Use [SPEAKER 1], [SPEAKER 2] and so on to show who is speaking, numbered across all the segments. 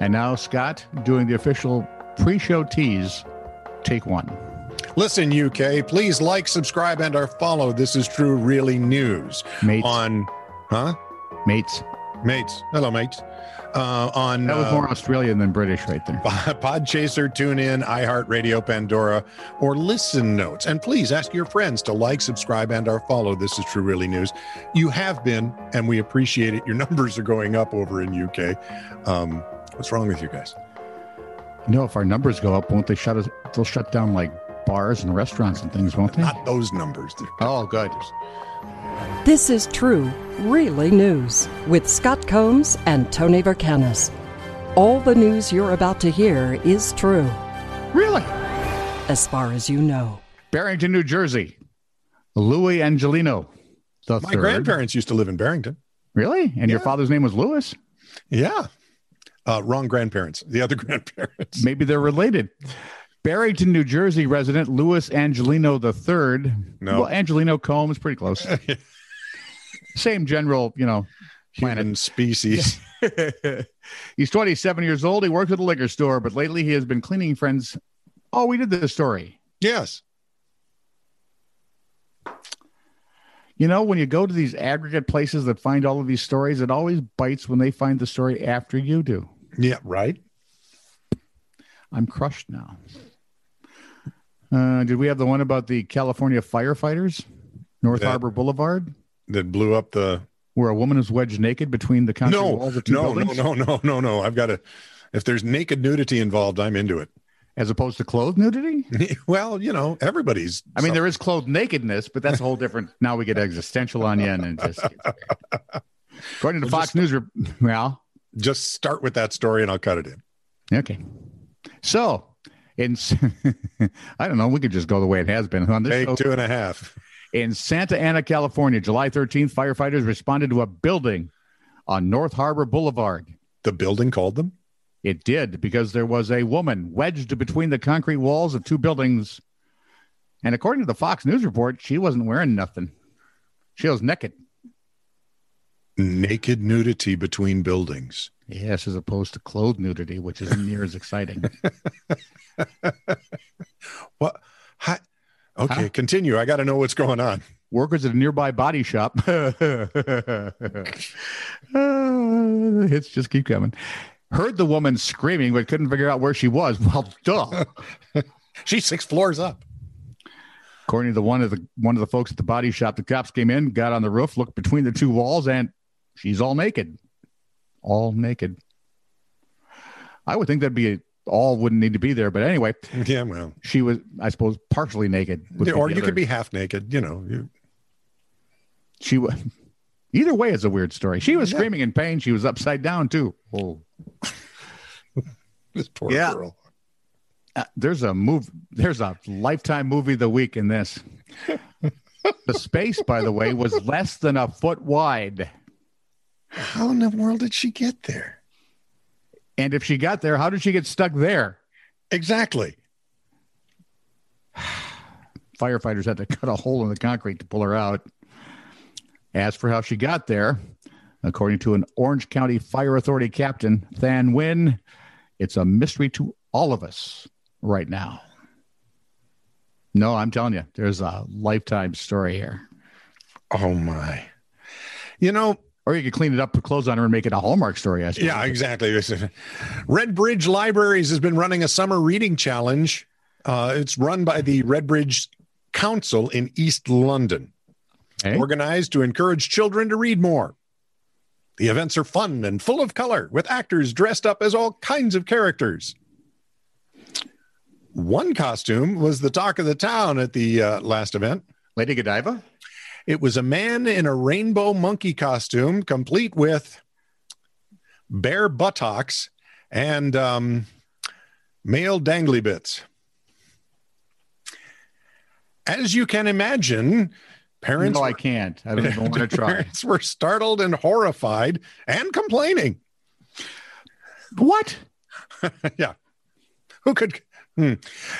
[SPEAKER 1] And now, Scott, doing the official pre show tease, take one.
[SPEAKER 2] Listen, UK, please like, subscribe, and or follow. This is true, really news
[SPEAKER 1] Mates.
[SPEAKER 2] on, huh?
[SPEAKER 1] Mates.
[SPEAKER 2] Mates, hello, mates. Uh, on
[SPEAKER 1] That was
[SPEAKER 2] uh,
[SPEAKER 1] more Australian than British right there.
[SPEAKER 2] Podchaser, TuneIn, iHeartRadio, Pandora, or Listen Notes. And please ask your friends to like, subscribe, and or follow. This is True Really News. You have been, and we appreciate it. Your numbers are going up over in UK. Um, what's wrong with you guys?
[SPEAKER 1] You know, if our numbers go up, won't they shut us? They'll shut down like bars and restaurants and things, won't they?
[SPEAKER 2] Not those numbers. They're-
[SPEAKER 1] Oh, good.
[SPEAKER 3] This is true, really news with Scott Combs and Tony Vercanis. All the news you're about to hear is true,
[SPEAKER 1] Really?
[SPEAKER 3] as far as you know.
[SPEAKER 1] Barrington, New Jersey. Louis Angelino. The
[SPEAKER 2] My
[SPEAKER 1] third.
[SPEAKER 2] grandparents used to live in Barrington.
[SPEAKER 1] Really? And your
[SPEAKER 2] Yeah.
[SPEAKER 1] father's name was Louis?
[SPEAKER 2] Yeah. Uh, wrong grandparents. The other grandparents.
[SPEAKER 1] Maybe they're related. Barrington, New Jersey resident Louis Angelino III.
[SPEAKER 2] No.
[SPEAKER 1] Well, Angelino Combs, pretty close. Same general, you know.
[SPEAKER 2] Human species.
[SPEAKER 1] He's 27 years old. He works at a liquor store, but lately he has been cleaning friends. Oh, we did this story.
[SPEAKER 2] yes.
[SPEAKER 1] You know, when you go to these aggregate places that find all of these stories, it always bites when they find the story after you do.
[SPEAKER 2] Yeah, right.
[SPEAKER 1] I'm crushed now. Uh, did we have the one about the California firefighters, North
[SPEAKER 2] That-
[SPEAKER 1] Harbor Boulevard,
[SPEAKER 2] That blew up the
[SPEAKER 1] where a woman is wedged naked between the concrete
[SPEAKER 2] no,
[SPEAKER 1] walls of two
[SPEAKER 2] no, no,
[SPEAKER 1] buildings,
[SPEAKER 2] no, no, no, no. I've got to. If there's naked nudity involved, I'm into it.
[SPEAKER 1] as opposed to clothed nudity?
[SPEAKER 2] well, you know, everybody's.
[SPEAKER 1] I mean, there is clothed nakedness, but that's a whole different. Now we get existential on you, and it just gets weird. according to
[SPEAKER 2] Well,
[SPEAKER 1] Fox News, re- well,
[SPEAKER 2] just start with that story, and I'll cut it in.
[SPEAKER 1] Okay. So, in I don't know, we could just go the way it has been on this
[SPEAKER 2] Take
[SPEAKER 1] show.
[SPEAKER 2] two and a half.
[SPEAKER 1] In Santa Ana, California, July 13th, firefighters responded to a building on North Harbor Boulevard.
[SPEAKER 2] The building called them.
[SPEAKER 1] It did because there was a woman wedged between the concrete walls of two buildings. And according to the Fox News report, she wasn't wearing nothing. She was naked.
[SPEAKER 2] Naked nudity between buildings.
[SPEAKER 1] Yes, as opposed to clothed nudity, which isn't near as exciting.
[SPEAKER 2] What? Hi. Okay,
[SPEAKER 1] Huh?
[SPEAKER 2] continue. I got to know what's going on.
[SPEAKER 1] Workers at a nearby body shop. Uh, hits just keep coming. Heard the woman screaming, but couldn't figure out where she was. Well, duh.
[SPEAKER 2] She's six floors up.
[SPEAKER 1] According to the one of the one of the folks at the body shop, the cops came in, got on the roof, looked between the two walls, and she's all naked. All naked. I would think that'd be all wouldn't need to be there, but anyway,
[SPEAKER 2] Yeah, well,
[SPEAKER 1] she was, I suppose, partially naked. would
[SPEAKER 2] or
[SPEAKER 1] the
[SPEAKER 2] you
[SPEAKER 1] other-
[SPEAKER 2] could be half naked. You know, you,
[SPEAKER 1] She was. Either way is a weird story. She was
[SPEAKER 2] Yeah.
[SPEAKER 1] screaming in pain. She was upside down too. Oh,
[SPEAKER 2] this poor
[SPEAKER 1] Yeah.
[SPEAKER 2] girl.
[SPEAKER 1] uh, there's a move. There's a lifetime movie of the week in this. the space, by the way, was less than a foot wide.
[SPEAKER 2] How in the world did she get there?
[SPEAKER 1] And if she got there, how did she get stuck there?
[SPEAKER 2] Exactly.
[SPEAKER 1] Firefighters had to cut a hole in the concrete to pull her out. As for how she got there, according to an Orange County Fire Authority captain, Than Wynn, it's a mystery to all of us right now. No, I'm telling you, there's a lifetime story here.
[SPEAKER 2] Oh my. You know,
[SPEAKER 1] Or you could clean it up, put clothes on her, and make it a Hallmark story. I suppose.
[SPEAKER 2] Yeah, exactly. Red Bridge Libraries has been running a summer reading challenge. Uh, it's run by the Redbridge Council in East London,
[SPEAKER 1] Okay.
[SPEAKER 2] organized to encourage children to read more. The events are fun and full of color, with actors dressed up as all kinds of characters. One costume was the talk of the town at the uh, last event.
[SPEAKER 1] Lady Godiva.
[SPEAKER 2] It was a man in a rainbow monkey costume, complete with bare buttocks and um, male dangly bits. As you can imagine, parents,
[SPEAKER 1] No, I
[SPEAKER 2] were-
[SPEAKER 1] can't. I don't even want to try.
[SPEAKER 2] parents were startled and horrified and complaining.
[SPEAKER 1] What?
[SPEAKER 2] yeah. Who could? Hmm.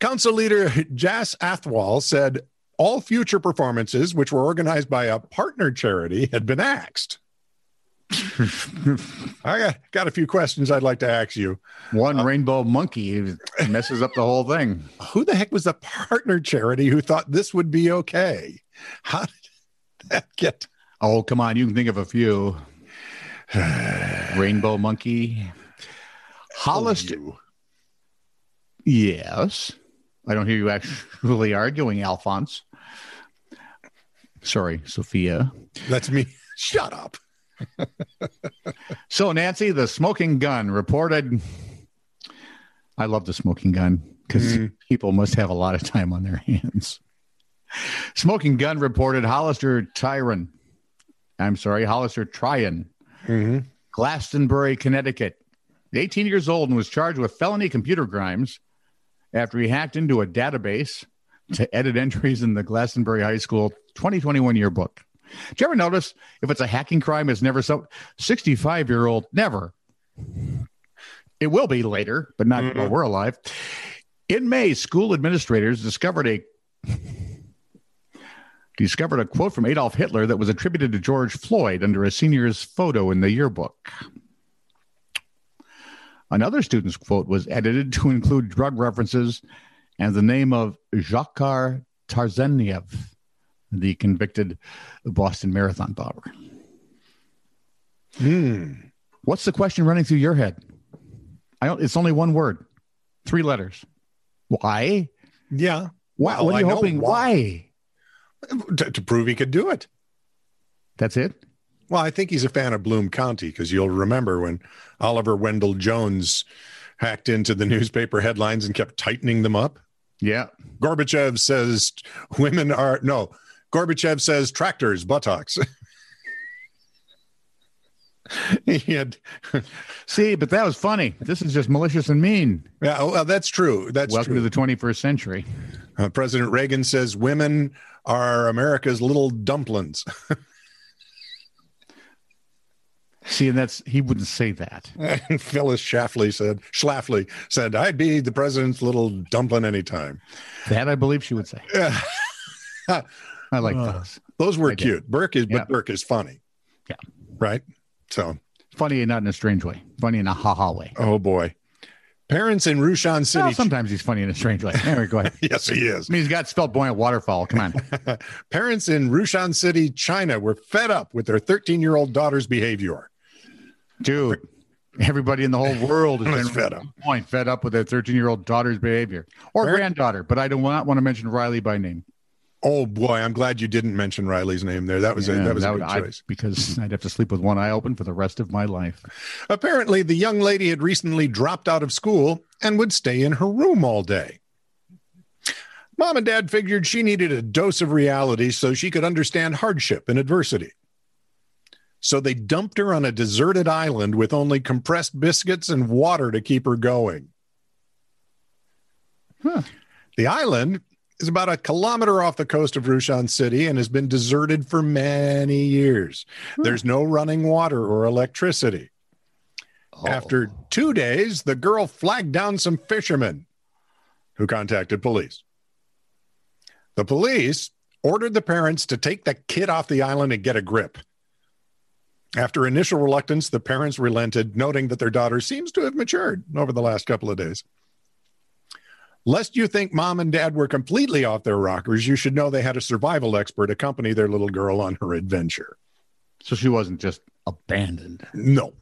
[SPEAKER 2] Council leader Jas Athwal said all future performances, which were organized by a partner charity, had been axed. I got, got a few questions I'd like to ask you.
[SPEAKER 1] One rainbow monkey messes up the whole thing.
[SPEAKER 2] Who the heck was the partner charity who thought this would be okay? How did that get?
[SPEAKER 1] Oh, come on. You can think of a few. rainbow monkey. Hollister.
[SPEAKER 2] You.
[SPEAKER 1] Yes. I don't hear you actually arguing, Alphonse. Sorry, Sophia.
[SPEAKER 2] That's me. Shut up.
[SPEAKER 1] So, Nancy, the smoking gun reported. I love the smoking gun because
[SPEAKER 2] Mm.
[SPEAKER 1] people must have a lot of time on their hands. Smoking gun reported Hollister Tyron. I'm sorry, Hollister Tryon,
[SPEAKER 2] Mhm.
[SPEAKER 1] Glastonbury, Connecticut. 18 years old and was charged with felony computer crimes after he hacked into a database to edit entries in the Glastonbury High School 2021 yearbook. Did you ever notice if it's a hacking crime, it's never so 65 year old, never. It will be later, but not while we're alive. In May, school administrators discovered a discovered a quote from Adolf Hitler that was attributed to George Floyd under a senior's photo in the yearbook. Another student's quote was edited to include drug references and the name of Zakhar Tarzeniev, the convicted Boston Marathon bomber.
[SPEAKER 2] Hmm.
[SPEAKER 1] What's the question running through your head? I don't, it's only one word, three letters. Why?
[SPEAKER 2] Yeah.
[SPEAKER 1] Why?
[SPEAKER 2] Well,
[SPEAKER 1] what are you
[SPEAKER 2] I know
[SPEAKER 1] hoping?
[SPEAKER 2] why.
[SPEAKER 1] Why?
[SPEAKER 2] To, to prove he could do it.
[SPEAKER 1] That's it.
[SPEAKER 2] Well, I think he's a fan of Bloom County because you'll remember when Oliver Wendell Jones hacked into the newspaper headlines and kept tightening them up.
[SPEAKER 1] Yeah.
[SPEAKER 2] Gorbachev says women are no. Gorbachev says tractors, buttocks. he had,
[SPEAKER 1] See, but that was funny. This is just malicious and mean.
[SPEAKER 2] yeah, oh, well, that's true. That's
[SPEAKER 1] Welcome
[SPEAKER 2] true.
[SPEAKER 1] to the 21st century.
[SPEAKER 2] Uh, President Reagan says women are America's little dumplings.
[SPEAKER 1] See, and that's he wouldn't say that.
[SPEAKER 2] and Phyllis Schlafly said, Schlafly said, I'd be the president's little dumpling anytime.
[SPEAKER 1] That I believe she would say. I like those.
[SPEAKER 2] Those were
[SPEAKER 1] I did.
[SPEAKER 2] cute. Burke is,
[SPEAKER 1] Yeah.
[SPEAKER 2] but Burke is funny.
[SPEAKER 1] Yeah.
[SPEAKER 2] Right. So,
[SPEAKER 1] Funny and not in a strange way. Funny in a ha ha way.
[SPEAKER 2] oh boy. Parents in Rushan City.
[SPEAKER 1] Well, sometimes he's funny in a strange way. Anyway, go ahead.
[SPEAKER 2] yes, he is.
[SPEAKER 1] I mean, he's got spelt buoyant waterfall. Come on.
[SPEAKER 2] Parents in Rushan City, China were fed up with their 13 year old daughter's behavior.
[SPEAKER 1] Dude, everybody in the whole world
[SPEAKER 2] Was
[SPEAKER 1] is
[SPEAKER 2] fed up.
[SPEAKER 1] Point fed up with their 13 year old daughter's behavior or
[SPEAKER 2] Right.
[SPEAKER 1] granddaughter, but I do not want to mention Riley by name.
[SPEAKER 2] Oh boy, I'm glad you didn't mention Riley's name there. That was a,
[SPEAKER 1] Yeah,
[SPEAKER 2] that was a
[SPEAKER 1] would-
[SPEAKER 2] good
[SPEAKER 1] I-
[SPEAKER 2] choice.
[SPEAKER 1] because I'd have to sleep with one eye open for the rest of my life.
[SPEAKER 2] Apparently, the young lady had recently dropped out of school and would stay in her room all day. Mom and dad figured she needed a dose of reality so she could understand hardship and adversity. So they dumped her on a deserted island with only compressed biscuits and water to keep her going.
[SPEAKER 1] Huh.
[SPEAKER 2] The island is about a kilometer off the coast of Rushan City and has been deserted for many years. There's no running water or electricity. After two days, the girl flagged down some fishermen who contacted police. The police ordered the parents to take the kid off the island and get a grip. After initial reluctance, the parents relented, noting that their daughter seems to have matured over the last couple of days. Lest you think mom and dad were completely off their rockers, you should know they had a survival expert accompany their little girl on her adventure.
[SPEAKER 1] so she wasn't just abandoned.
[SPEAKER 2] No,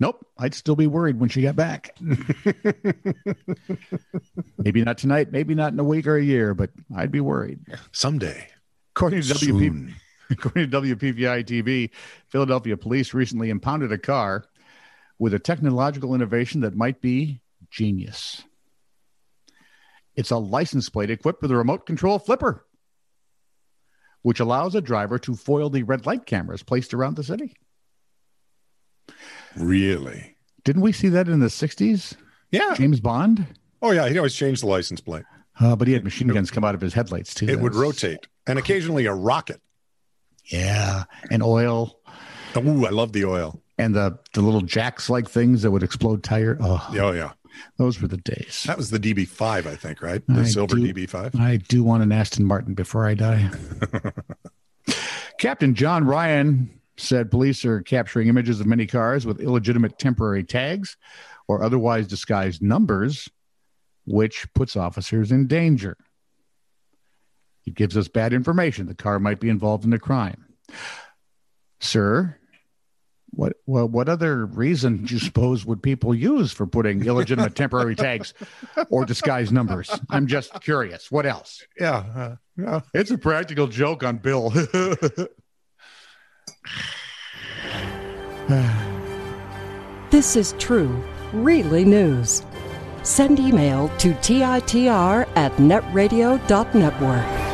[SPEAKER 1] Nope. I'd still be worried when she got back. maybe not tonight, maybe not in a week or a year, but I'd be worried.
[SPEAKER 2] someday.
[SPEAKER 1] According to WP,
[SPEAKER 2] soon.
[SPEAKER 1] According to WPVI TV, Philadelphia police recently impounded a car with a technological innovation that might be genius. It's a license plate equipped with a remote control flipper, which allows a driver to foil the red light cameras placed around the city.
[SPEAKER 2] Really?
[SPEAKER 1] Didn't we see that in the 60s?
[SPEAKER 2] Yeah.
[SPEAKER 1] James Bond?
[SPEAKER 2] Oh, yeah. He'd always change the license plate.
[SPEAKER 1] Uh, but he had machine guns come out of his headlights, too.
[SPEAKER 2] It would
[SPEAKER 1] That was-
[SPEAKER 2] rotate and occasionally a rocket.
[SPEAKER 1] Yeah. And oil
[SPEAKER 2] Ooh, I love the oil.
[SPEAKER 1] and the, the little jacks like things that would explode tire. Oh,
[SPEAKER 2] Yeah, Oh, yeah.
[SPEAKER 1] those were the days.
[SPEAKER 2] That was the DB5, I think, right? The
[SPEAKER 1] I
[SPEAKER 2] silver
[SPEAKER 1] do-
[SPEAKER 2] DB5.
[SPEAKER 1] I do want an Aston Martin before I die. Captain John Ryan said police are capturing images of many cars with illegitimate temporary tags or otherwise disguised numbers, which puts officers in danger. It gives us bad information. The car might be involved in a crime. Sir, what well, what other reason do you suppose would people use for putting illegitimate temporary tags or disguised numbers? I'm just curious. What else?
[SPEAKER 2] Yeah. Uh, yeah.
[SPEAKER 1] It's a practical joke on Bill.
[SPEAKER 3] This is true, really news. Send email to TITR at netradio.network.